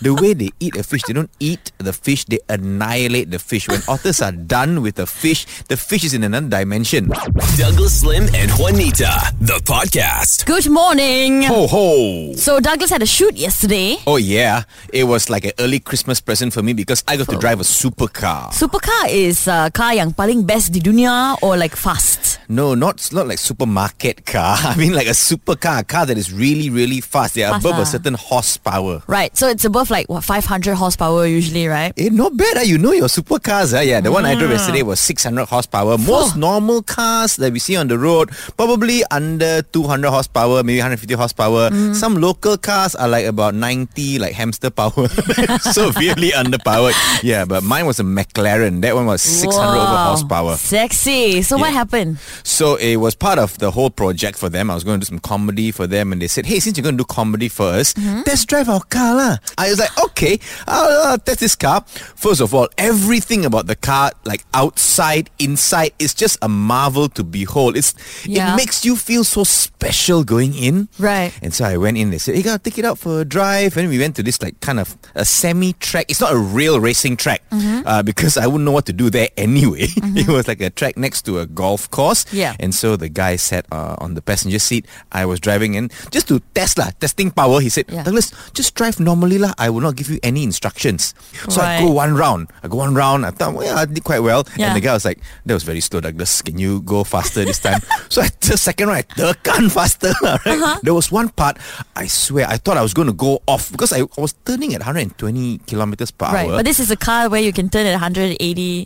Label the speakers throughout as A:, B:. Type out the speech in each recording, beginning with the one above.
A: The way they eat a fish, they don't eat the fish, they annihilate the fish. When otters are done with a fish, the fish is in another dimension.
B: Douglas Slim and Juanita, the podcast.
C: Good morning.
A: Ho ho!
C: So Douglas had a shoot yesterday.
A: Oh yeah, it was like an early Christmas present for me because I got to drive a supercar.
C: Supercar is uh, car yang paling best di dunia or like fast.
A: No, not not like supermarket car. I mean like a supercar, a car that is really really fast. They are
C: Fast
A: above a
C: lah.
A: certain horsepower.
C: Right. So it's above like what 500 horsepower usually, right?
A: Eh, not bad. Ah, You know your supercars. Ah, Yeah, the one I drove yesterday was 600 horsepower. Most normal cars that we see on the road, probably under 200 horsepower, maybe 150 horsepower. Some local cars are like about 90, like hamster power. Severely underpowered. Yeah, but mine was a McLaren. That one was 600 over
C: Wow.
A: horsepower.
C: Sexy. So what
A: Yeah.
C: happened?
A: So it was part of the whole project for them. I was going to do some comedy for them, and they said, "Hey, since you're going to do comedy 1st
C: Mm-hmm.
A: let let's drive our car, lah." I was like, "Okay, I'll, i test this car." First of all, everything about the car, like outside, inside, is just a marvel to behold. It's it
C: Yeah.
A: makes you feel so special going in,
C: Right.
A: And so I went in. They said, "You gotta take it out for a drive," and we went to this like kind of a semi track. It's not a real racing track
C: Mm-hmm.
A: uh, because I wouldn't know what to do there anyway. it was like a track next to a golf course.
C: Yeah.
A: And so the guy sat uh, on the passenger seat. I was driving in just to test lah, testing power. He said,
C: Yeah.
A: Douglas, just drive normally lah. I will not give you any instructions. So I
C: Right.
A: go one round. I go one round. I thought, well, yeah, I did quite well.
C: Yeah.
A: And the guy was like, that was very slow, Douglas. Can you go faster this time? so I the second round, I tekan faster. lah, right?
C: Uh-huh.
A: There was one part, I swear, I thought I was going to go off because I, I was turning at 120 kilometers per
C: Right.
A: hour.
C: But this is a car where you can turn at 180.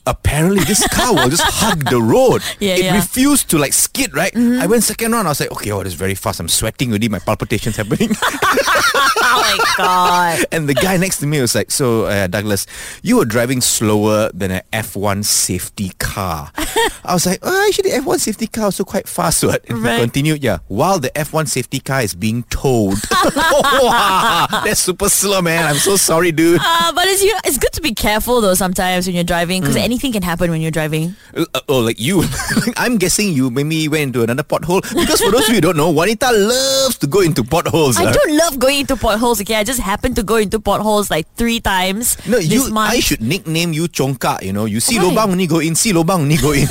A: apparently this car will just hug the road.
C: Yeah,
A: it
C: yeah. Mm-hmm.
A: refused to like skid, right? I went second round, I was like, okay, oh, this is very fast. I'm sweating already, my palpitations happening.
C: Oh my god.
A: and the guy next to me was like, so uh, Douglas, you were driving slower than an F1 safety car. I was like, oh, actually, F1 safety car also quite fast, right? And
C: Right.
A: he continued, yeah, while the F1 safety car is being towed. Wow, that's super slow, man. I'm so sorry, dude.
C: Uh, but it's you know, it's good to be careful though sometimes when you're driving because
A: Hmm.
C: anything can happen when you're driving.
A: Uh, oh, like you. I'm guessing you maybe went into another pothole. Because for those of you who don't know, Juanita loves to go into potholes.
C: I
A: huh?
C: don't love going into potholes. Okay, I just happened to go into potholes like three times
A: No,
C: this
A: you.
C: month.
A: I should nickname you Chongka. You know, you see
C: Why?
A: lobang ni go in, see lobang ni go in.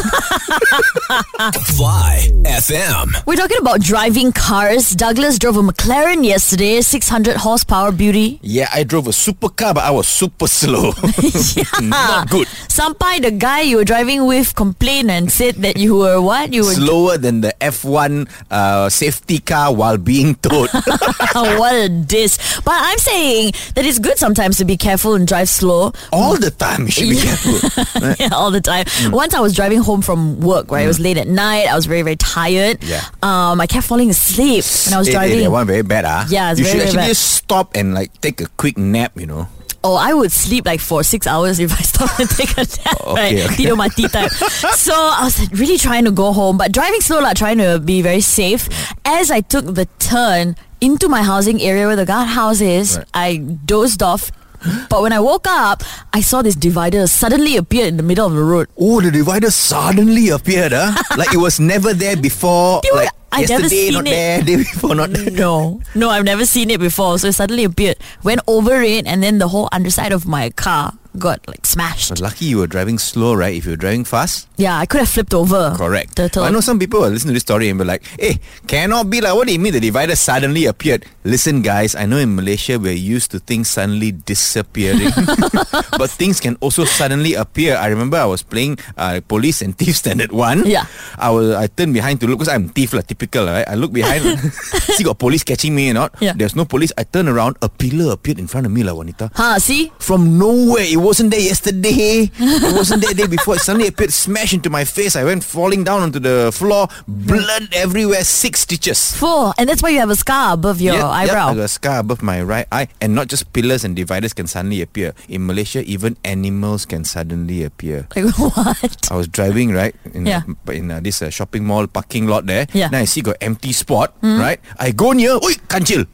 B: Fly FM.
C: We're talking about driving cars. Douglas drove a McLaren yesterday, 600 horsepower beauty.
A: yeah, I drove a supercar, but I was super slow. Not good.
C: Sampai the guy you were driving with complained and said that you were what? You were
A: Slower than the F1 uh, safety car while being towed.
C: what a diss. But I'm saying that it's good sometimes to be careful and drive slow.
A: All the time, you should be careful.
C: yeah, all the time.
A: Mm.
C: Once I was driving home from work, right? It was late at night. I was very, very tired.
A: Yeah.
C: Um, I kept falling asleep when I was
A: Eh, eh,
C: driving.
A: that one very bad, ah.
C: Yeah, it's
A: you
C: very,
A: should
C: very
A: actually
C: bad.
A: just stop and like take a quick nap. You know.
C: Oh, I would sleep like for six hours if I stop and take a nap. right?
A: Okay, okay.
C: Tidur mati time. so I was like really trying to go home, but driving slow, like trying to be very safe. As I took the turn into my housing area where the guardhouse is,
A: Right.
C: I dozed off. But when I woke up, I saw this divider suddenly appear in the middle of the road.
A: Oh, the divider suddenly appeared, huh? like it was never there before.
C: Dude,
A: like
C: I never
A: yesterday,
C: seen
A: not
C: it.
A: there. Day before, not there.
C: No, no, I've never seen it before. So it suddenly appeared, went over it, and then the whole underside of my car got like smashed.
A: But lucky you were driving slow, right? If you were driving fast,
C: Yeah, I could have flipped over.
A: correct.
C: Turtle.
A: I know some people will listen to this story and be like, "Hey, cannot be like what do you mean the divider suddenly appeared?" Listen, guys, I know in Malaysia we're used to things suddenly disappearing, but things can also suddenly appear. I remember I was playing uh, police and thief standard one.
C: Yeah.
A: I was I turned behind to look because I'm thief lah, typical right. I look behind, see got police catching me or not?
C: Yeah.
A: There's no police. I turn around, a pillar appeared in front of me lah, Juanita.
C: Huh, see?
A: from nowhere. It wasn't there yesterday. It wasn't there the day before. It suddenly appeared, smashed into my face. I went falling down onto the floor, blood everywhere, six stitches.
C: Four. And that's why you have a scar above your
A: Yep, yep,
C: eyebrow.
A: I got a scar above my right eye, and not just pillars and dividers can suddenly appear. In Malaysia, even animals can suddenly appear.
C: Like what?
A: I was driving right in
C: Yeah.
A: uh, in uh, this uh, shopping mall parking lot there.
C: Yeah. Mm-hmm.
A: Then I see got empty spot right. I go near, oi kancil.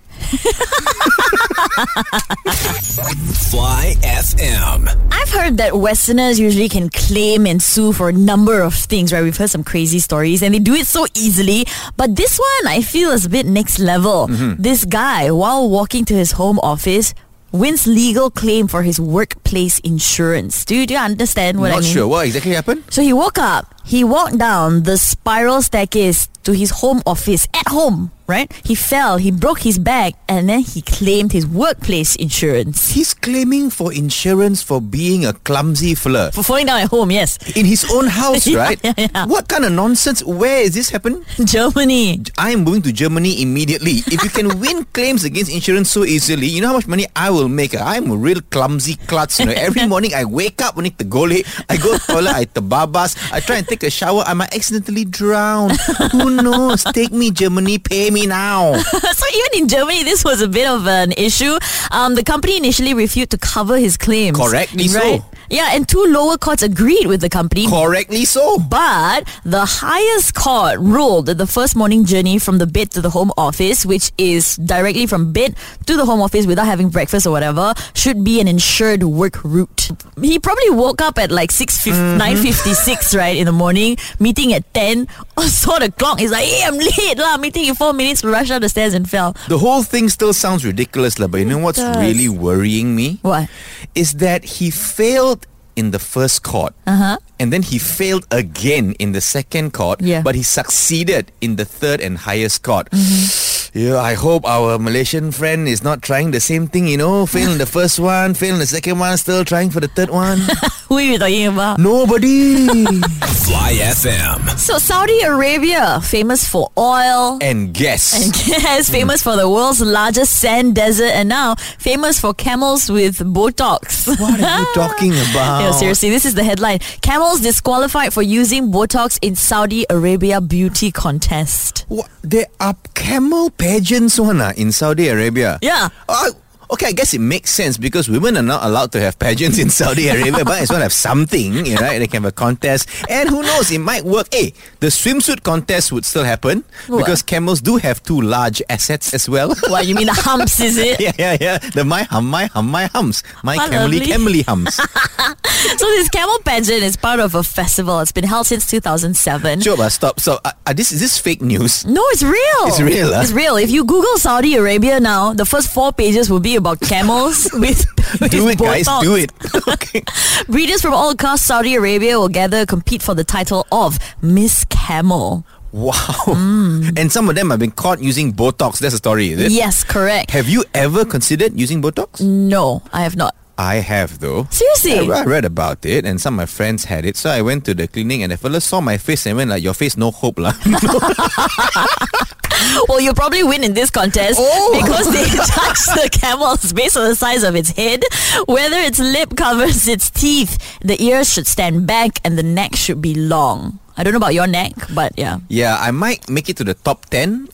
B: Fly FM.
C: I've heard that Westerners usually can claim and sue for a number of things, right? We've heard some crazy stories and they do it so easily. But this
A: Mm-hmm.
C: one I feel is a bit next level. This guy, while walking to his home office, wins legal claim for his workplace insurance. Do you, do you understand what I
A: Not
C: mean?
A: sure what exactly happened.
C: So he woke up, he walked down the spiral staircase to his home office at home, right? He fell, he broke his back, and then he claimed his workplace insurance.
A: He's claiming for insurance for being a clumsy flirt.
C: For falling down at home, yes.
A: In his own house,
C: Yeah,
A: right?
C: yeah, yeah.
A: What kind of nonsense? Where is this happening?
C: Germany.
A: I am moving to Germany immediately. If you can win claims against insurance so easily, you know how much money I will make. ah? I'm a real clumsy klutz. You know, every morning I wake up, I need to go late. I go to toilet, I tababas. I try and take a shower. I might accidentally drown. Who knows? Take me, Germany. Pay me now.
C: so even in Germany, this was a bit of an issue. Um, the company initially refused to cover his claims.
A: Correctly so.
C: right? Yeah, and two lower courts agreed with the company.
A: Correctly so.
C: But the highest court ruled that the first morning journey from the bed to the home office, which is directly from bed to the home office without having breakfast or whatever, should be an insured work route. He probably woke up at like 6 9.56, right, in the morning, meeting at 10, or saw the clock. He's like, hey, I'm late, lah. meeting in 4 minutes, rushed down the stairs and fell.
A: The whole thing still sounds ridiculous, lah, but you know what's
C: does.
A: really worrying me?
C: What?
A: Is that he failed in the first court. Uh-huh. And then he failed again in the second court,
C: Yeah.
A: but he succeeded in the third and highest court.
C: Mm-hmm.
A: Yeah, I hope our Malaysian friend is not trying the same thing, you know, fail in the first one, fail in the second one, still trying for the third one.
C: Who are you talking about?
A: Nobody.
B: Fly FM.
C: So Saudi Arabia, famous for oil,
A: and guess.
C: And yes, famous for the world's largest sand desert and now famous for camels with Botox.
A: what are you talking about?
C: No, seriously, this is the headline. Camels disqualified for using Botox in Saudi Arabia beauty contest.
A: What, there are camel pageants one ah, in Saudi Arabia.
C: Yeah.
A: Uh, okay, I guess it makes sense because women are not allowed to have pageants in Saudi Arabia, but as well have something, you know, right? They can have a contest. And who knows, it might work. Hey, the swimsuit contest would still happen
C: What?
A: because camels do have two large assets as well.
C: What, you mean the humps, is it?
A: yeah, yeah, yeah. The my hum, my hum, my hums. My
C: How
A: camely,
C: lovely.
A: camely hums.
C: So this camel pageant is part of a festival. It's been held since 2007.
A: Job, ah, stop. So, uh, uh, this, is this fake news?
C: No, it's real.
A: It's real, huh?
C: It's real. If you Google Saudi Arabia now, the first four pages will be about camels with, with
A: Do it, guys.
C: Botox.
A: Do it. Okay.
C: Breeders from all across Saudi Arabia will gather compete for the title of Miss Camel.
A: Wow. And some of them have been caught using Botox. That's the story, is it?
C: Yes, correct.
A: Have you ever considered using Botox?
C: Mm. No, I have not.
A: I have though.
C: Seriously?
A: Yeah, I read about it and some of my friends had it. So I went to the clinic and the fella saw my face and went like, your face no hope lah.
C: Well, you'll probably win in this contest
A: Oh.
C: because they judge the camels based on the size of its head, whether its lip covers its teeth, the ears should stand back, and the neck should be long. I don't know about your neck, but yeah.
A: yeah, I might make it to the top 10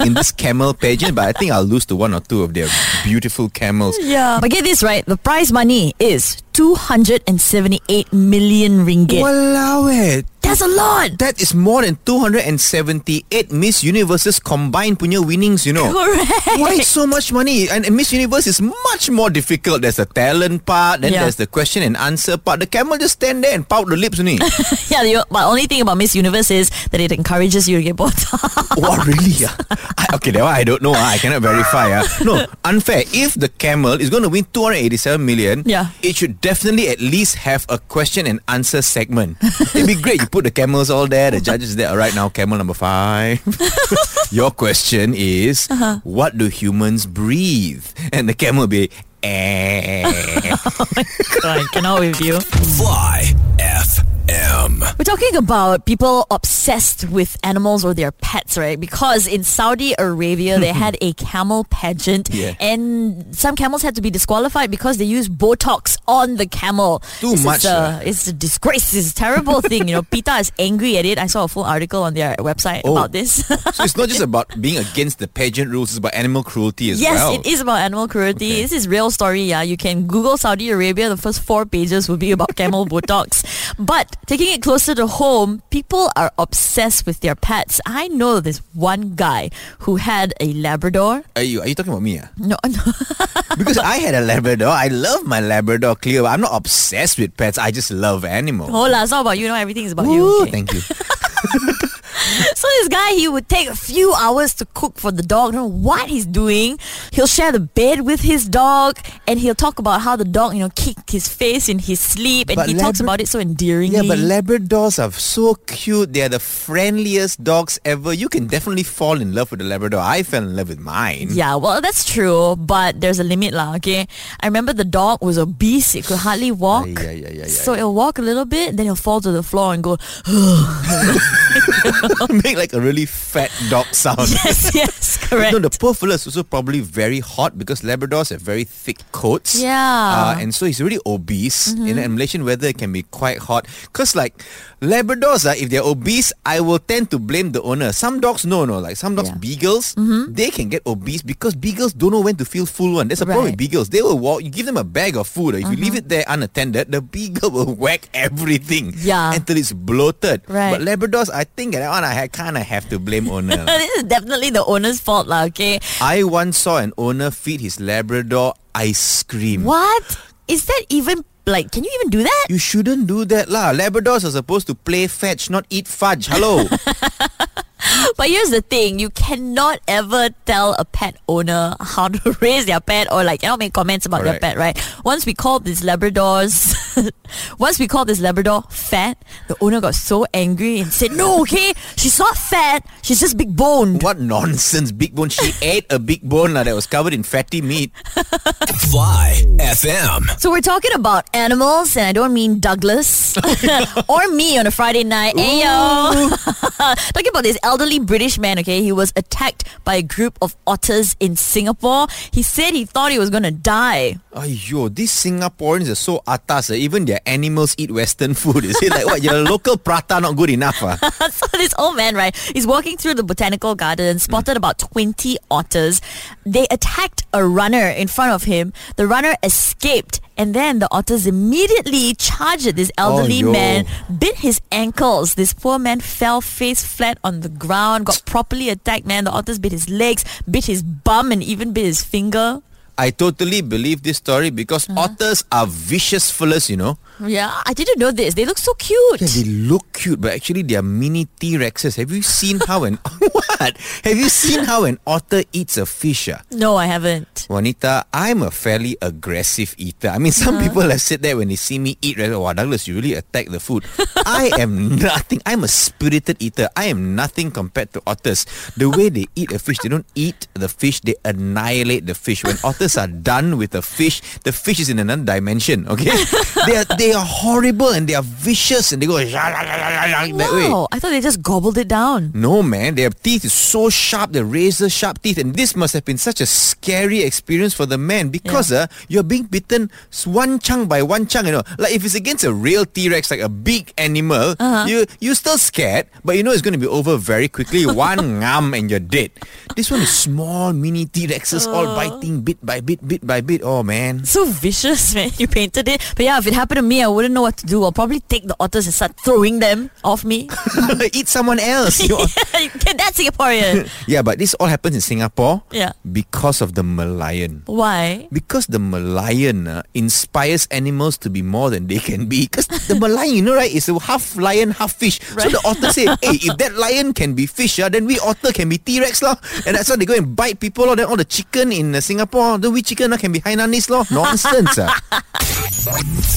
A: in this camel pageant, but I think I'll lose to one or two of their beautiful camels.
C: Yeah. But get this right, the prize money is 278 million ringgit.
A: Walao eh.
C: That's a lot.
A: That is more than 278 Miss Universes combined punya winnings, you know.
C: Correct.
A: Why so much money? And and Miss Universe is much more difficult. There's the talent part, then
C: Yeah.
A: there's the question and answer part. The camel just stand there and pout the lips only.
C: Yeah, the but only thing about Miss Universe is that it encourages you to get Botox.
A: wow, really? ah? I, okay, that one I don't know. ah. I cannot verify. ah. No, unfair. If the camel is going to win 287 million,
C: Yeah.
A: it should definitely at least have a question and answer segment. It'd be great. You put the camels all there, the judges there. All right, now camel number five. Your question is,
C: Uh-huh.
A: what do humans breathe? And the camel will be, eh.
C: God, cannot with you.
B: Fly FM.
C: We're talking about people obsessed with animals or their pets, right? Because in Saudi Arabia, they had a camel pageant,
A: Yeah.
C: and some camels had to be disqualified because they used Botox on the camel.
A: Too
C: This is
A: much, eh?
C: a-
A: lah.
C: it's a disgrace. It's a terrible thing. You know, PETA is angry at it. I saw a full article on their website
A: Oh.
C: about this.
A: So it's not just about being against the pageant rules, it's about animal cruelty as
C: Yes,
A: well.
C: it is about animal cruelty.
A: Okay.
C: This is real story, yeah. You can Google Saudi Arabia. The first four pages will be about camel Botox. But taking it closer to home, people are obsessed with their pets. I know this one guy who had a Labrador.
A: Are you, are you talking about me? ah?
C: No, no.
A: Because I had a Labrador. I love my Labrador, Cleo. I'm not obsessed with pets. I just love animals.
C: Oh, Hola, it's all about you. No, everything is about
A: Ooh,
C: you. Okay.
A: Thank you.
C: So this guy, he would take a few hours to cook for the dog. Don't know what he's doing. He'll share the bed with his dog, and he'll talk about how the dog, you know, kicked his face in his sleep, and
A: But
C: he talks
A: Labra-
C: about it so endearingly.
A: Yeah, but Labradors are so cute. They are the friendliest dogs ever. You can definitely fall in love with a Labrador. I fell in love with mine.
C: Yeah, well, that's true, but there's a limit, lah. Okay, I remember the dog was obese; it could hardly walk.
A: yeah, yeah, yeah,
C: so it'll walk a little bit, then it'll fall to the floor and go.
A: Make like a really fat dog sound.
C: yes, yes, correct.
A: No, the poor fella is also probably very hot because Labradors have very thick coats.
C: Yeah. Mm-hmm.
A: Uh, and so he's really obese. You know, and Malaysian weather can be quite hot. Because like Labradors, uh, if they're obese, I will tend to blame the owner. Some dogs, no, no. Like some dogs,
C: Yeah. Mm-hmm.
A: beagles, they can get obese because beagles don't know when to feel full one. That's the problem with
C: Right. Mm-hmm.
A: beagles. They will walk, you give them a bag of food. uh, If you leave it there unattended, the beagle will whack everything.
C: Yeah.
A: Until it's bloated.
C: Right.
A: But Labradors, I think that one I kind of have to blame owner.
C: Uh, this is definitely the owner's fault, lah. Okay,
A: I once saw an owner feed his Labrador ice cream.
C: what is that even like? Can you even do that?
A: You shouldn't do that lah. Labradors are supposed to play fetch, not eat fudge. Hello.
C: But here's the thing: you cannot ever tell a pet owner how to raise their pet, or like cannot make comments about their
A: Correct.
C: pet, right? Once we called these Labradors, once we called this Labrador fat, the owner got so angry and said, "No, okay, she's not fat. She's just big boned."
A: what nonsense, big bone. She ate a big bone lah that was covered in fatty meat.
B: Fly FM.
C: So we're talking about animals, and I don't mean Douglas or me on a Friday night. Ayo! talking about this elderly British man, okay? He was attacked by a group of otters in Singapore. He said he thought he was going to die.
A: Ayo, these Singaporeans are so atas. eh. Even their animals eat Western food. Is it like what? Your local prata not good enough? ah?
C: so this old man, right, he's walking through the botanical garden, spotted about 20 otters. They attacked a runner in front of him. The runner escaped. And then the otters immediately charged at this elderly
A: yo.
C: man, bit his ankles. This poor man fell face flat on the ground, got properly attacked, man. The otters bit his legs, bit his bum, and even bit his finger.
A: I totally believe this story because otters are vicious fellas, you know.
C: Yeah, I didn't know this. They look so cute.
A: Yeah, they look cute, but actually they are mini T Rexes. Have you seen how an what? Have you seen how an otter eats a fish? ah?
C: no, I haven't.
A: Juanita, I'm a fairly aggressive eater. I mean, some people have said that when they see me eat, right? Wow, Douglas, you really attack the food. I am nothing. I'm a spirited eater. I am nothing compared to otters. The way they eat a fish, they don't eat the fish, they annihilate the fish. When otters are done with a fish, the fish is in another dimension, okay? they, are, they are horrible and they are vicious and they go that way.
C: Wow, I thought they just gobbled it down.
A: No man, their teeth is so sharp, their razor sharp teeth, and this must have been such a scary experience for the man because uh, you're being bitten s- one chunk by one chunk. You know, like if it's against a real T Rex, like a big animal, you you still scared, but you know it's going to be over very quickly. one ngam and you're dead. This one is small, mini T Rexes, all biting bit by bit, bit by bit. Oh man.
C: So vicious, man. You painted it. But yeah, if it happened to me, I wouldn't know what to do. I'll probably take the otters and start throwing them off me.
A: Eat someone else. You are-
C: Get that Singaporean.
A: yeah, but this all happens in Singapore
C: Yeah.
A: because of the Malayan.
C: Why?
A: Because the Malayan uh, inspires animals to be more than they can be. Because the Malayan, you know, right, is a half lion, half fish. So
C: Right.
A: the otter say, hey, if that lion can be fish, uh, then we otter can be T-Rex. Lah. And that's why they go and bite people. Lah. Then all the chicken in uh, Singapore, the we chicken lah, can be Hainanese. Lah. Nonsense. ah.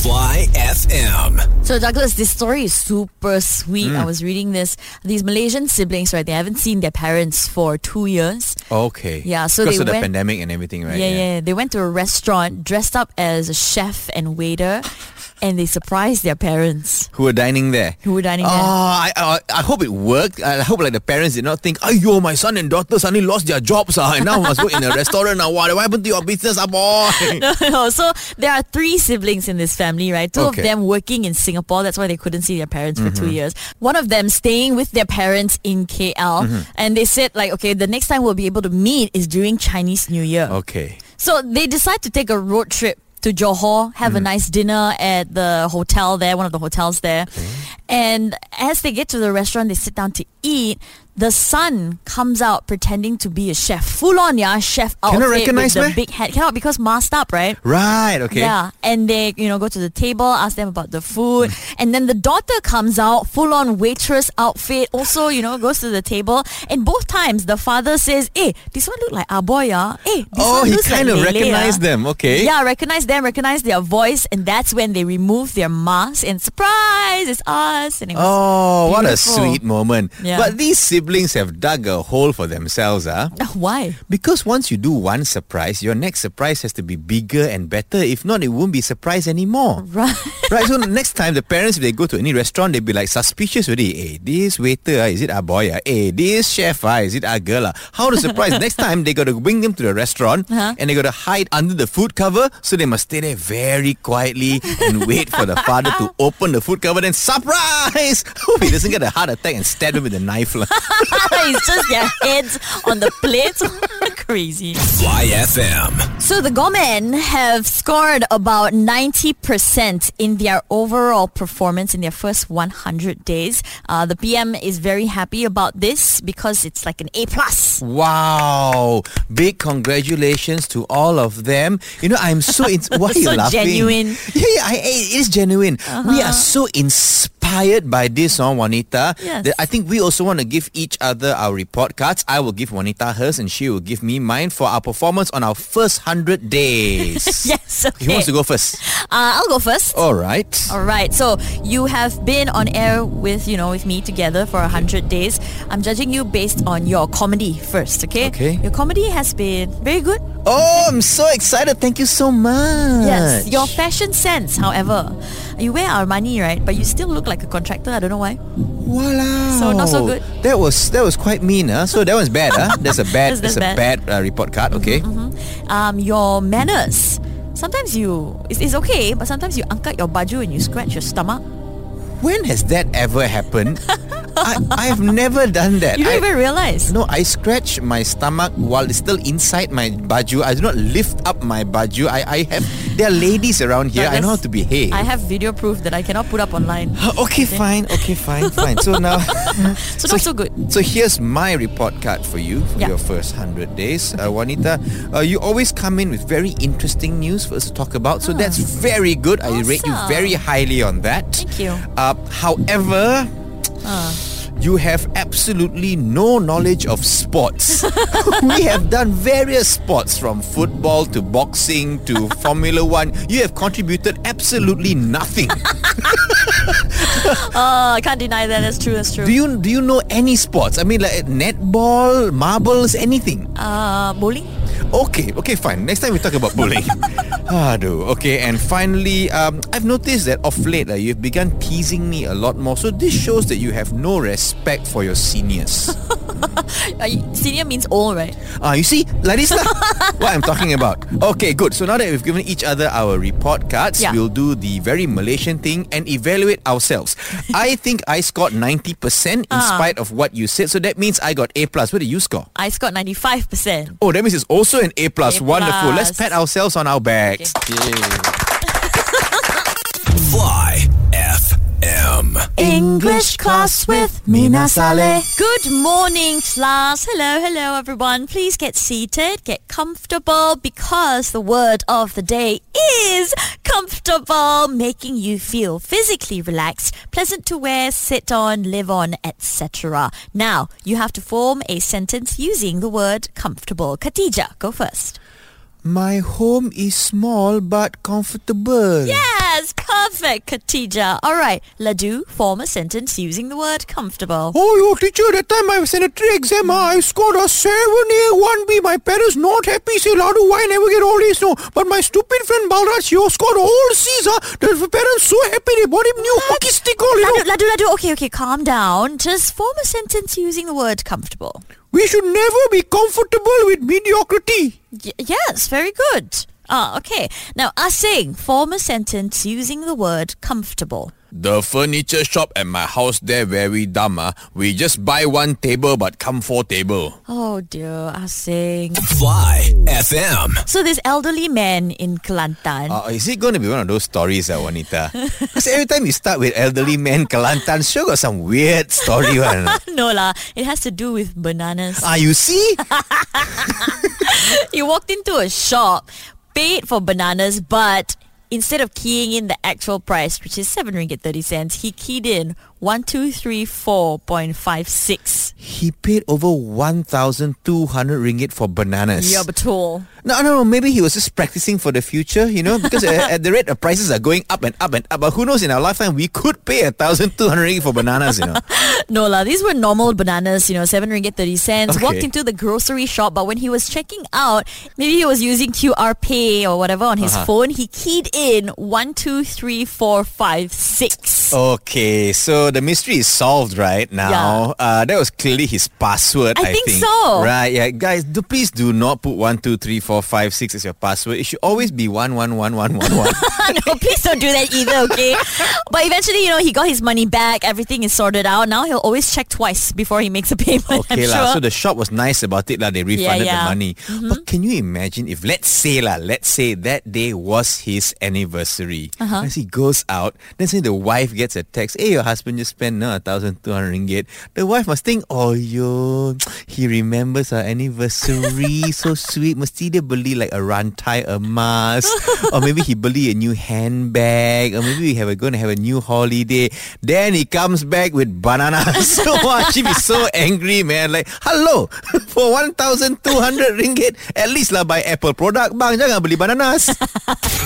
B: Fly FM.
C: So Douglas, this story is super sweet. I was reading this. These Malaysian siblings, right? They haven't seen their parents for two years.
A: Okay.
C: Yeah, so
A: Because
C: they
A: of the
C: went-
A: pandemic and everything, right?
C: yeah, yeah, They went to a restaurant dressed up as a chef and waiter, and they surprised their parents
A: Who were dining there?
C: who were dining
A: Oh,
C: there.
A: I, I I hope it worked. I hope like the parents did not think, yo, my son and daughter suddenly lost their jobs ah, and now must work in a restaurant. Ah. What, what happened to your business, ah, boy?
C: no, no. So there are three siblings in this family, right? Two
A: Okay.
C: of them working in Singapore. That's why they couldn't see their parents for two years. One of them staying with their parents in KL. And they said, like, okay, the next time we'll be able to meet is during Chinese New Year.
A: Okay.
C: So they decide to take a road trip to Johor, have a nice dinner at the hotel there, one of the hotels there. And as they get to the restaurant, they sit down to eat. the son comes out pretending to be a chef. Full on, yeah, chef outfit
A: Cannot recognise
C: with the
A: meh?
C: big hat. Cannot because masked up, right?
A: Right, okay.
C: Yeah, and they you know go to the table, ask them about the food, and then the daughter comes out full on waitress outfit. Also, you know, goes to the table, and both times the father says, "Hey, this one look like Aboy, ah. Hey, this
A: Oh,
C: one
A: he
C: looks
A: kind
C: like
A: of
C: Lele,
A: recognized
C: ah."
A: them. Okay.
C: Yeah, recognize them, recognize their voice, and that's when they remove their mask and surprise, it's us. And it was,
A: Oh, what a
C: Beautiful.
A: sweet moment.
C: Yeah.
A: But these siblings have dug a hole for themselves, ah.
C: why?
A: Because once you do one surprise, your next surprise has to be bigger and better. If not, it won't be surprise anymore.
C: Right.
A: right. So next time the parents, if they go to any restaurant, they'll be like suspicious already. Hey, this waiter, ah, is it our boy? ah? Hey, this chef, ah, is it our girl? ah?" How to surprise? next time they got to bring them to the restaurant
C: Uh-huh.
A: and they got to hide under the food cover. So they must stay there very quietly and wait for the father to open the food cover. Then surprise! Hope he doesn't get a heart attack and stab him with a knife. lah.
C: it's just their heads on the plate. Crazy.
B: Fly FM.
C: So the Gomen have scored about 90% in their overall performance in their first 100 days. Uh, the PM is very happy about this because it's like an A+. plus.
A: Wow! Big congratulations to all of them. You know, I'm so. Ins- why are you
C: So
A: laughing?
C: genuine. Uh-huh.
A: Yeah, yeah, I, it is genuine. We are so inspired by this song, Juanita.
C: Yes.
A: That I think we also want to give each other our report cards. I will give Juanita hers, and she will give me mine for our performance on our first hundred days.
C: Yes, okay.
A: Who wants to go first?
C: Uh, I'll go first.
A: All right.
C: All right, so you have been on air with, you know, with me together for 100 days. I'm judging you based on your comedy first, okay?
A: Okay.
C: Your comedy has been very good.
A: Oh, I'm so excited! Thank you so much.
C: Yes. Your fashion sense, however. You wear Armani, right? But you still look like a contractor. I don't know why.
A: Wow.
C: So, not so good.
A: That was that was quite mean, huh? So that was bad, huh? That's a bad
C: That's-
A: that's,
C: that's
A: a bad, uh, report card, okay?
C: um, your manners. Sometimes you, it's, it's okay, but sometimes you angkat your baju and you scratch your stomach. mm-hmm.
A: When has that ever happened? I, I've never done that.
C: You don't
A: I,
C: even realize.
A: no, I scratch my stomach while it's still inside my baju. I do not lift up my baju. I, I have there are ladies around here.
C: But
A: I know how
C: that's-
A: to behave. Uh,
C: I have video proof that I cannot put up online.
A: okay, fine. Okay, fine, fine. So now,
C: So, not so good.
A: so here's my report card for you for
C: Yeah.
A: your first hundred days, uh, Juanita. Uh, you always come in with very interesting news for us to talk about, so that's very good. I rate you
C: Ah. Awesome.
A: very highly on that.
C: Thank you. Ah.
A: Uh, however. You have absolutely no knowledge of sports. we have done various sports from football to boxing to Formula One. You have contributed absolutely nothing.
C: Uh, I can't deny that. That's true. That's true.
A: Do you do you know any sports? I mean, like netball, marbles, anything.
C: uh, bowling?
A: Okay, okay, fine. Next time we talk about bowling. Aduh. Okay, and finally, um, I've noticed that of late uh, you've begun teasing me a lot more. So this shows that you have no respect for your seniors.
C: Uh, senior means all, right?
A: Ah, you see, like this lah, what I'm talking about. Okay, good. So now that we've given each other our report cards,
C: Yeah.
A: we'll do the very Malaysian thing and evaluate ourselves. I think I scored 90% in
C: Ah.
A: spite of what you said. So that means I got A+. plus. What did you score?
C: I scored 95%.
A: Oh, that means it's also an A+. plus.
C: A
A: Wonderful. Let's
C: plus.
A: pat ourselves on our backs.
B: Fly FM.
A: English class with Mina Saleh.
C: Good morning, class. Hello, hello, everyone. Please get seated, get comfortable, because the word of the day is comfortable, making you feel physically relaxed, pleasant to wear, sit on, live on, etc. Now, you have to form a sentence using the word comfortable. Khadija, go first.
A: My home is small but comfortable.
C: Yes, perfect, Khadija. All right, Ladu, form a sentence using the word comfortable.
A: Oh, yo, teacher, that time I was in a three exam, ah, I scored a 7A, 1B. My parents not happy, say, Ladu, why I never get all A's? No, but my stupid friend Balraj, he scored all C's, ah. The parents so happy, they bought him new hockey stick, all, you know.
C: Ladu, Ladu, Ladu. Okay, okay, calm down. Just form a sentence using the word comfortable.
A: We should never be comfortable with mediocrity.
C: Y- yes, very good. Ah, okay. Now, Asing, form a sentence using the word comfortable.
D: The furniture shop at my house there very dumb. Ah, We just buy one table but come four table.
C: Oh dear, Asing.
B: Fly FM.
C: So this elderly man in Kelantan.
A: Uh, is it going to be one of those stories, uh, Juanita? Because every time you start with elderly man, Kelantan, sure got some weird story. One.
C: no lah, it has to do with bananas.
A: Ah, you see?
C: He walked into a shop, paid for bananas, but instead of keying in the actual price, which is seven ringgit thirty cents, he keyed in one two three four point five six.
A: He paid over 1,200 ringgit for bananas.
C: Yeah, but all.
A: No, no, no. Maybe he was just practicing for the future, you know, because at, at the rate of prices are going up and up and up. But who knows? In our lifetime, we could pay a thousand two hundred ringgit for bananas, you know.
C: No lah, these were normal bananas, you know, 7 ringgit 30 cents.
A: Okay.
C: Walked into the grocery shop, but when he was checking out, maybe he was using QR Pay or whatever on
A: Uh-huh.
C: his phone, he keyed in one two three four five
A: Oh.
C: six.
A: Okay, so the mystery is solved right now. Uh, that was clearly his password. I,
C: I think so.
A: Right? Yeah, guys. Do please do not put one two three four five six as your password. It should always be one one one one one one.
C: no, please don't do that either, okay? but eventually, you know, he got his money back. Everything is sorted out. Now he'll always check twice before he makes a payment,
A: Okay
C: I'm
A: lah. So
C: sure.
A: the shop was nice about it lah. They refunded the
C: yeah. Mm-hmm.
A: money. But can you imagine if let's say lah, let's say that day was his anniversary. uh
C: Uh-huh.
A: As he goes out, then say the wife gets a text, hey your husband just spent no, 1,200 ringgit. The wife must think, oh yo, he remembers our anniversary. so sweet. Mesti dia beli like a rantai, a mask. or maybe he beli a new handbag. Or maybe we have a, going to have a new holiday. Then he comes back with bananas. wow, she be so angry, man. Like, hello, for 1,200 ringgit, at least lah buy Apple product. Bang, jangan beli bananas.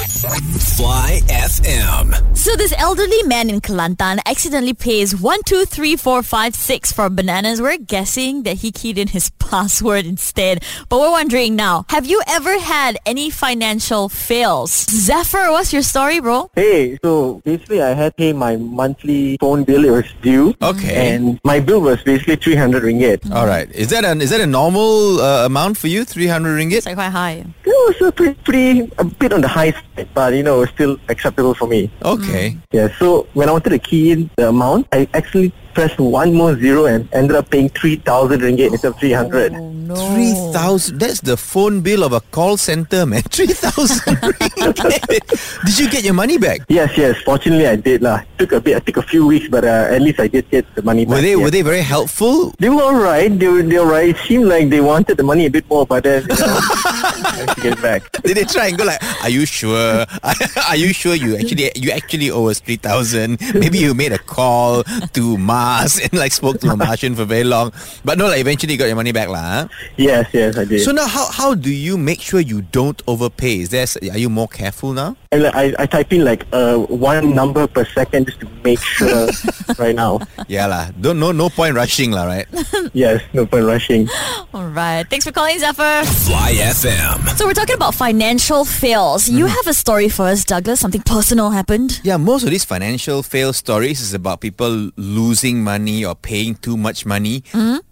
B: Fly FM.
C: So this elderly man in Kelantan accidentally pays one, two, three, four, five, six for bananas. We're guessing that he keyed in his password instead. But we're wondering now, have you ever had any financial fails? Zephyr, what's your story, bro?
E: Hey, so basically I had paid my monthly phone bill. It was due.
A: Okay. Oh.
E: And my bill was basically 300 ringgit. It
A: All right. Is that an is that a normal uh, amount for you? 300 ringgit?
C: It's like quite high.
E: was a pretty, pretty, a bit on the high side, but you know, it was still acceptable for me.
A: Okay.
E: Yeah, so when I wanted to key in the amount, I actually pressed one more zero and ended up paying 3,000 ringgit instead of 300.
C: Oh no.
A: 3,000 That's the phone bill of a call center man 3,000 ringgit Did you get your money back?
E: Yes, yes. Fortunately, I did lah. Took a bit. I took a few weeks, but uh, at least I did get the money back.
A: Were they
E: yeah.
A: were they very helpful?
E: They were all right. They were, they were all right. It seemed like they wanted the money a bit more, but then you know, I had to get back.
A: Did they try and go like, "Are you sure? Are you sure you actually you actually owe us three thousand? Maybe you made a call to Mars and like spoke to a Martian for very long, but no, like eventually you got your money back, lah. huh?
E: Yes, yes, I did.
A: So now, how how do you make sure you don't overpay? Is there s- are you more careful now?
E: And like, I, I type in like uh, one number per second just to make sure right now.
A: Yeah, lah. Don't no no point rushing, lah. Right?
E: Yes, no point rushing.
C: All right. Thanks for calling, Zephyr.
B: Fly FM.
C: So we're talking about financial fails. You have a story for us, Douglas. Something personal happened.
A: Yeah, most of these financial fail stories is about people losing money or paying too much money.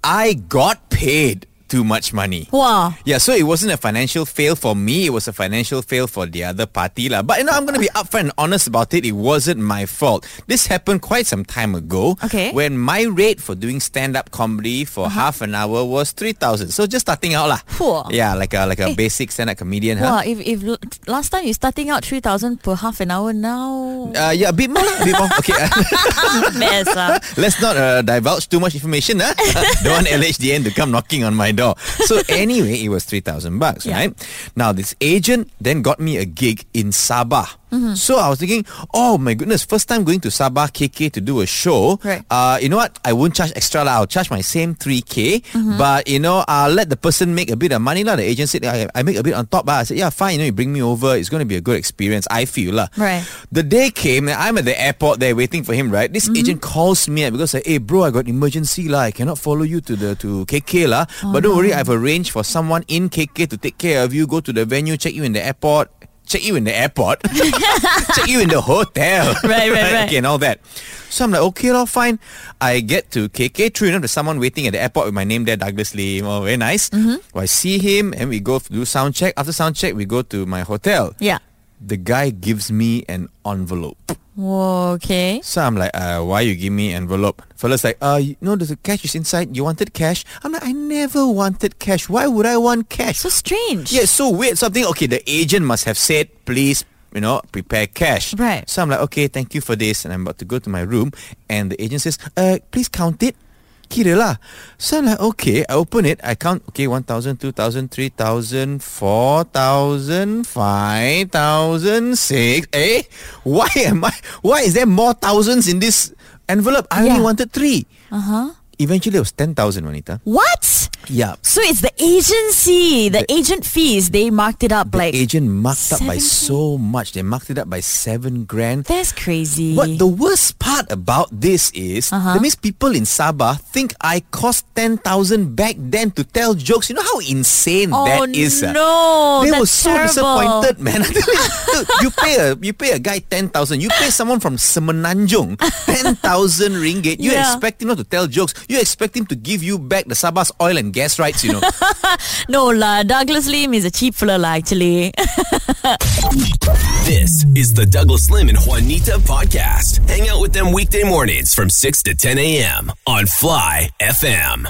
A: I got paid too much money.
C: Wow.
A: Yeah, so it wasn't a financial fail for me. It was a financial fail for the other party. lah. But you know, I'm going to be upfront and honest about it. It wasn't my fault. This happened quite some time ago.
C: Okay. Uh-huh.
A: When my rate for doing stand-up comedy for half an hour was 3,000. So just starting out lah.
C: Whew.
A: Yeah, like a, like a
C: Eh.
A: basic stand-up comedian. huh?
C: Wow, if, if l- last time you starting out 3,000 per half an hour, now...
A: Uh, yeah, a bit more lah. A bit more. Okay. uh,
C: mess ah.
A: Let's not uh, divulge too much information. Huh? Don't want LHDN to come knocking on my door. So anyway, it was 3,000 bucks,
C: Yeah.
A: right? Now, this agent then got me a gig in Sabah.
C: Mm-hmm.
A: So I was thinking, oh my goodness, first time going to Sabah KK to do a show.
C: Right.
A: Uh, you know what? I won't charge extra. lah. I'll charge my same 3K.
C: Mm-hmm.
A: But, you know, I'll let the person make a bit of money. lah. The agent said, I, I make a bit on top. lah. I said, yeah, fine. You know, you bring me over. It's going to be a good experience. I feel. lah.
C: Right.
A: The day came and I'm at the airport there waiting for him, right? This
C: Mm-hmm.
A: agent calls me up because like, hey bro, I got emergency la. I cannot follow you to the to KK la.
C: Oh,
A: but don't worry, I've arranged for someone in KK to take care of you, go to the venue, check you in the airport. Check you in the airport. check you in the hotel.
C: Right, right, right.
A: Okay, and all that. So I'm like, okay, all fine. I get to KK through, you know, there's someone waiting at the airport with my name there, Douglas Lim. Oh, very
C: Mm-hmm.
A: nice. Well, I see him and we go do sound check. After sound check, we go to my hotel
C: Yeah.
A: the guy gives me an envelope.
C: Whoa, okay.
A: So I'm like, uh, why you give me envelope? Fella's like, uh, you know, there's a cash is inside. You wanted cash? I'm like, I never wanted cash. Why would I want cash?
C: So strange.
A: Yeah, it's so weird. Something okay, the agent must have said, please, you know, prepare cash.
C: Right.
A: So I'm like, okay, thank you for this, and I'm about to go to my room, and the agent says, uh, please count it. Kira lah. So I'm like, okay, I open it, I count, okay, 1,000, 2,000, 3,000, 4,000, 5,000, 6, eh? Why am I, why is there more thousands in this envelope? I only
C: Yeah.
A: wanted three. Uh-huh. Eventually it was 10,000, Manita.
C: What?
A: Yeah.
C: So it's the agency, the, agent fees. They marked it up
A: The
C: like
A: agent marked up by
C: 17.
A: so much. They marked it up by seven grand.
C: that's crazy.
A: But the worst part about this is,
C: Uh-huh.
A: that means people in Sabah think I cost 10,000 back then to tell jokes. You know how insane
C: oh
A: that is? ah?
C: no,
A: They
C: that's
A: were so
C: terrible.
A: disappointed, man. I tell you, dude, you pay a you pay a guy ten thousand. You pay someone from Semenanjung ten thousand ringgit. You
C: Yeah.
A: expect him not to tell jokes. You expect him to give you back the Sabah's oil and gas rights. You know,
C: No lah, Douglas Lim is a cheap fella lah actually.
B: This is the Douglas Lim and Juanita podcast. Hang out with them weekday mornings from 6 to 10 a.m. on Fly FM.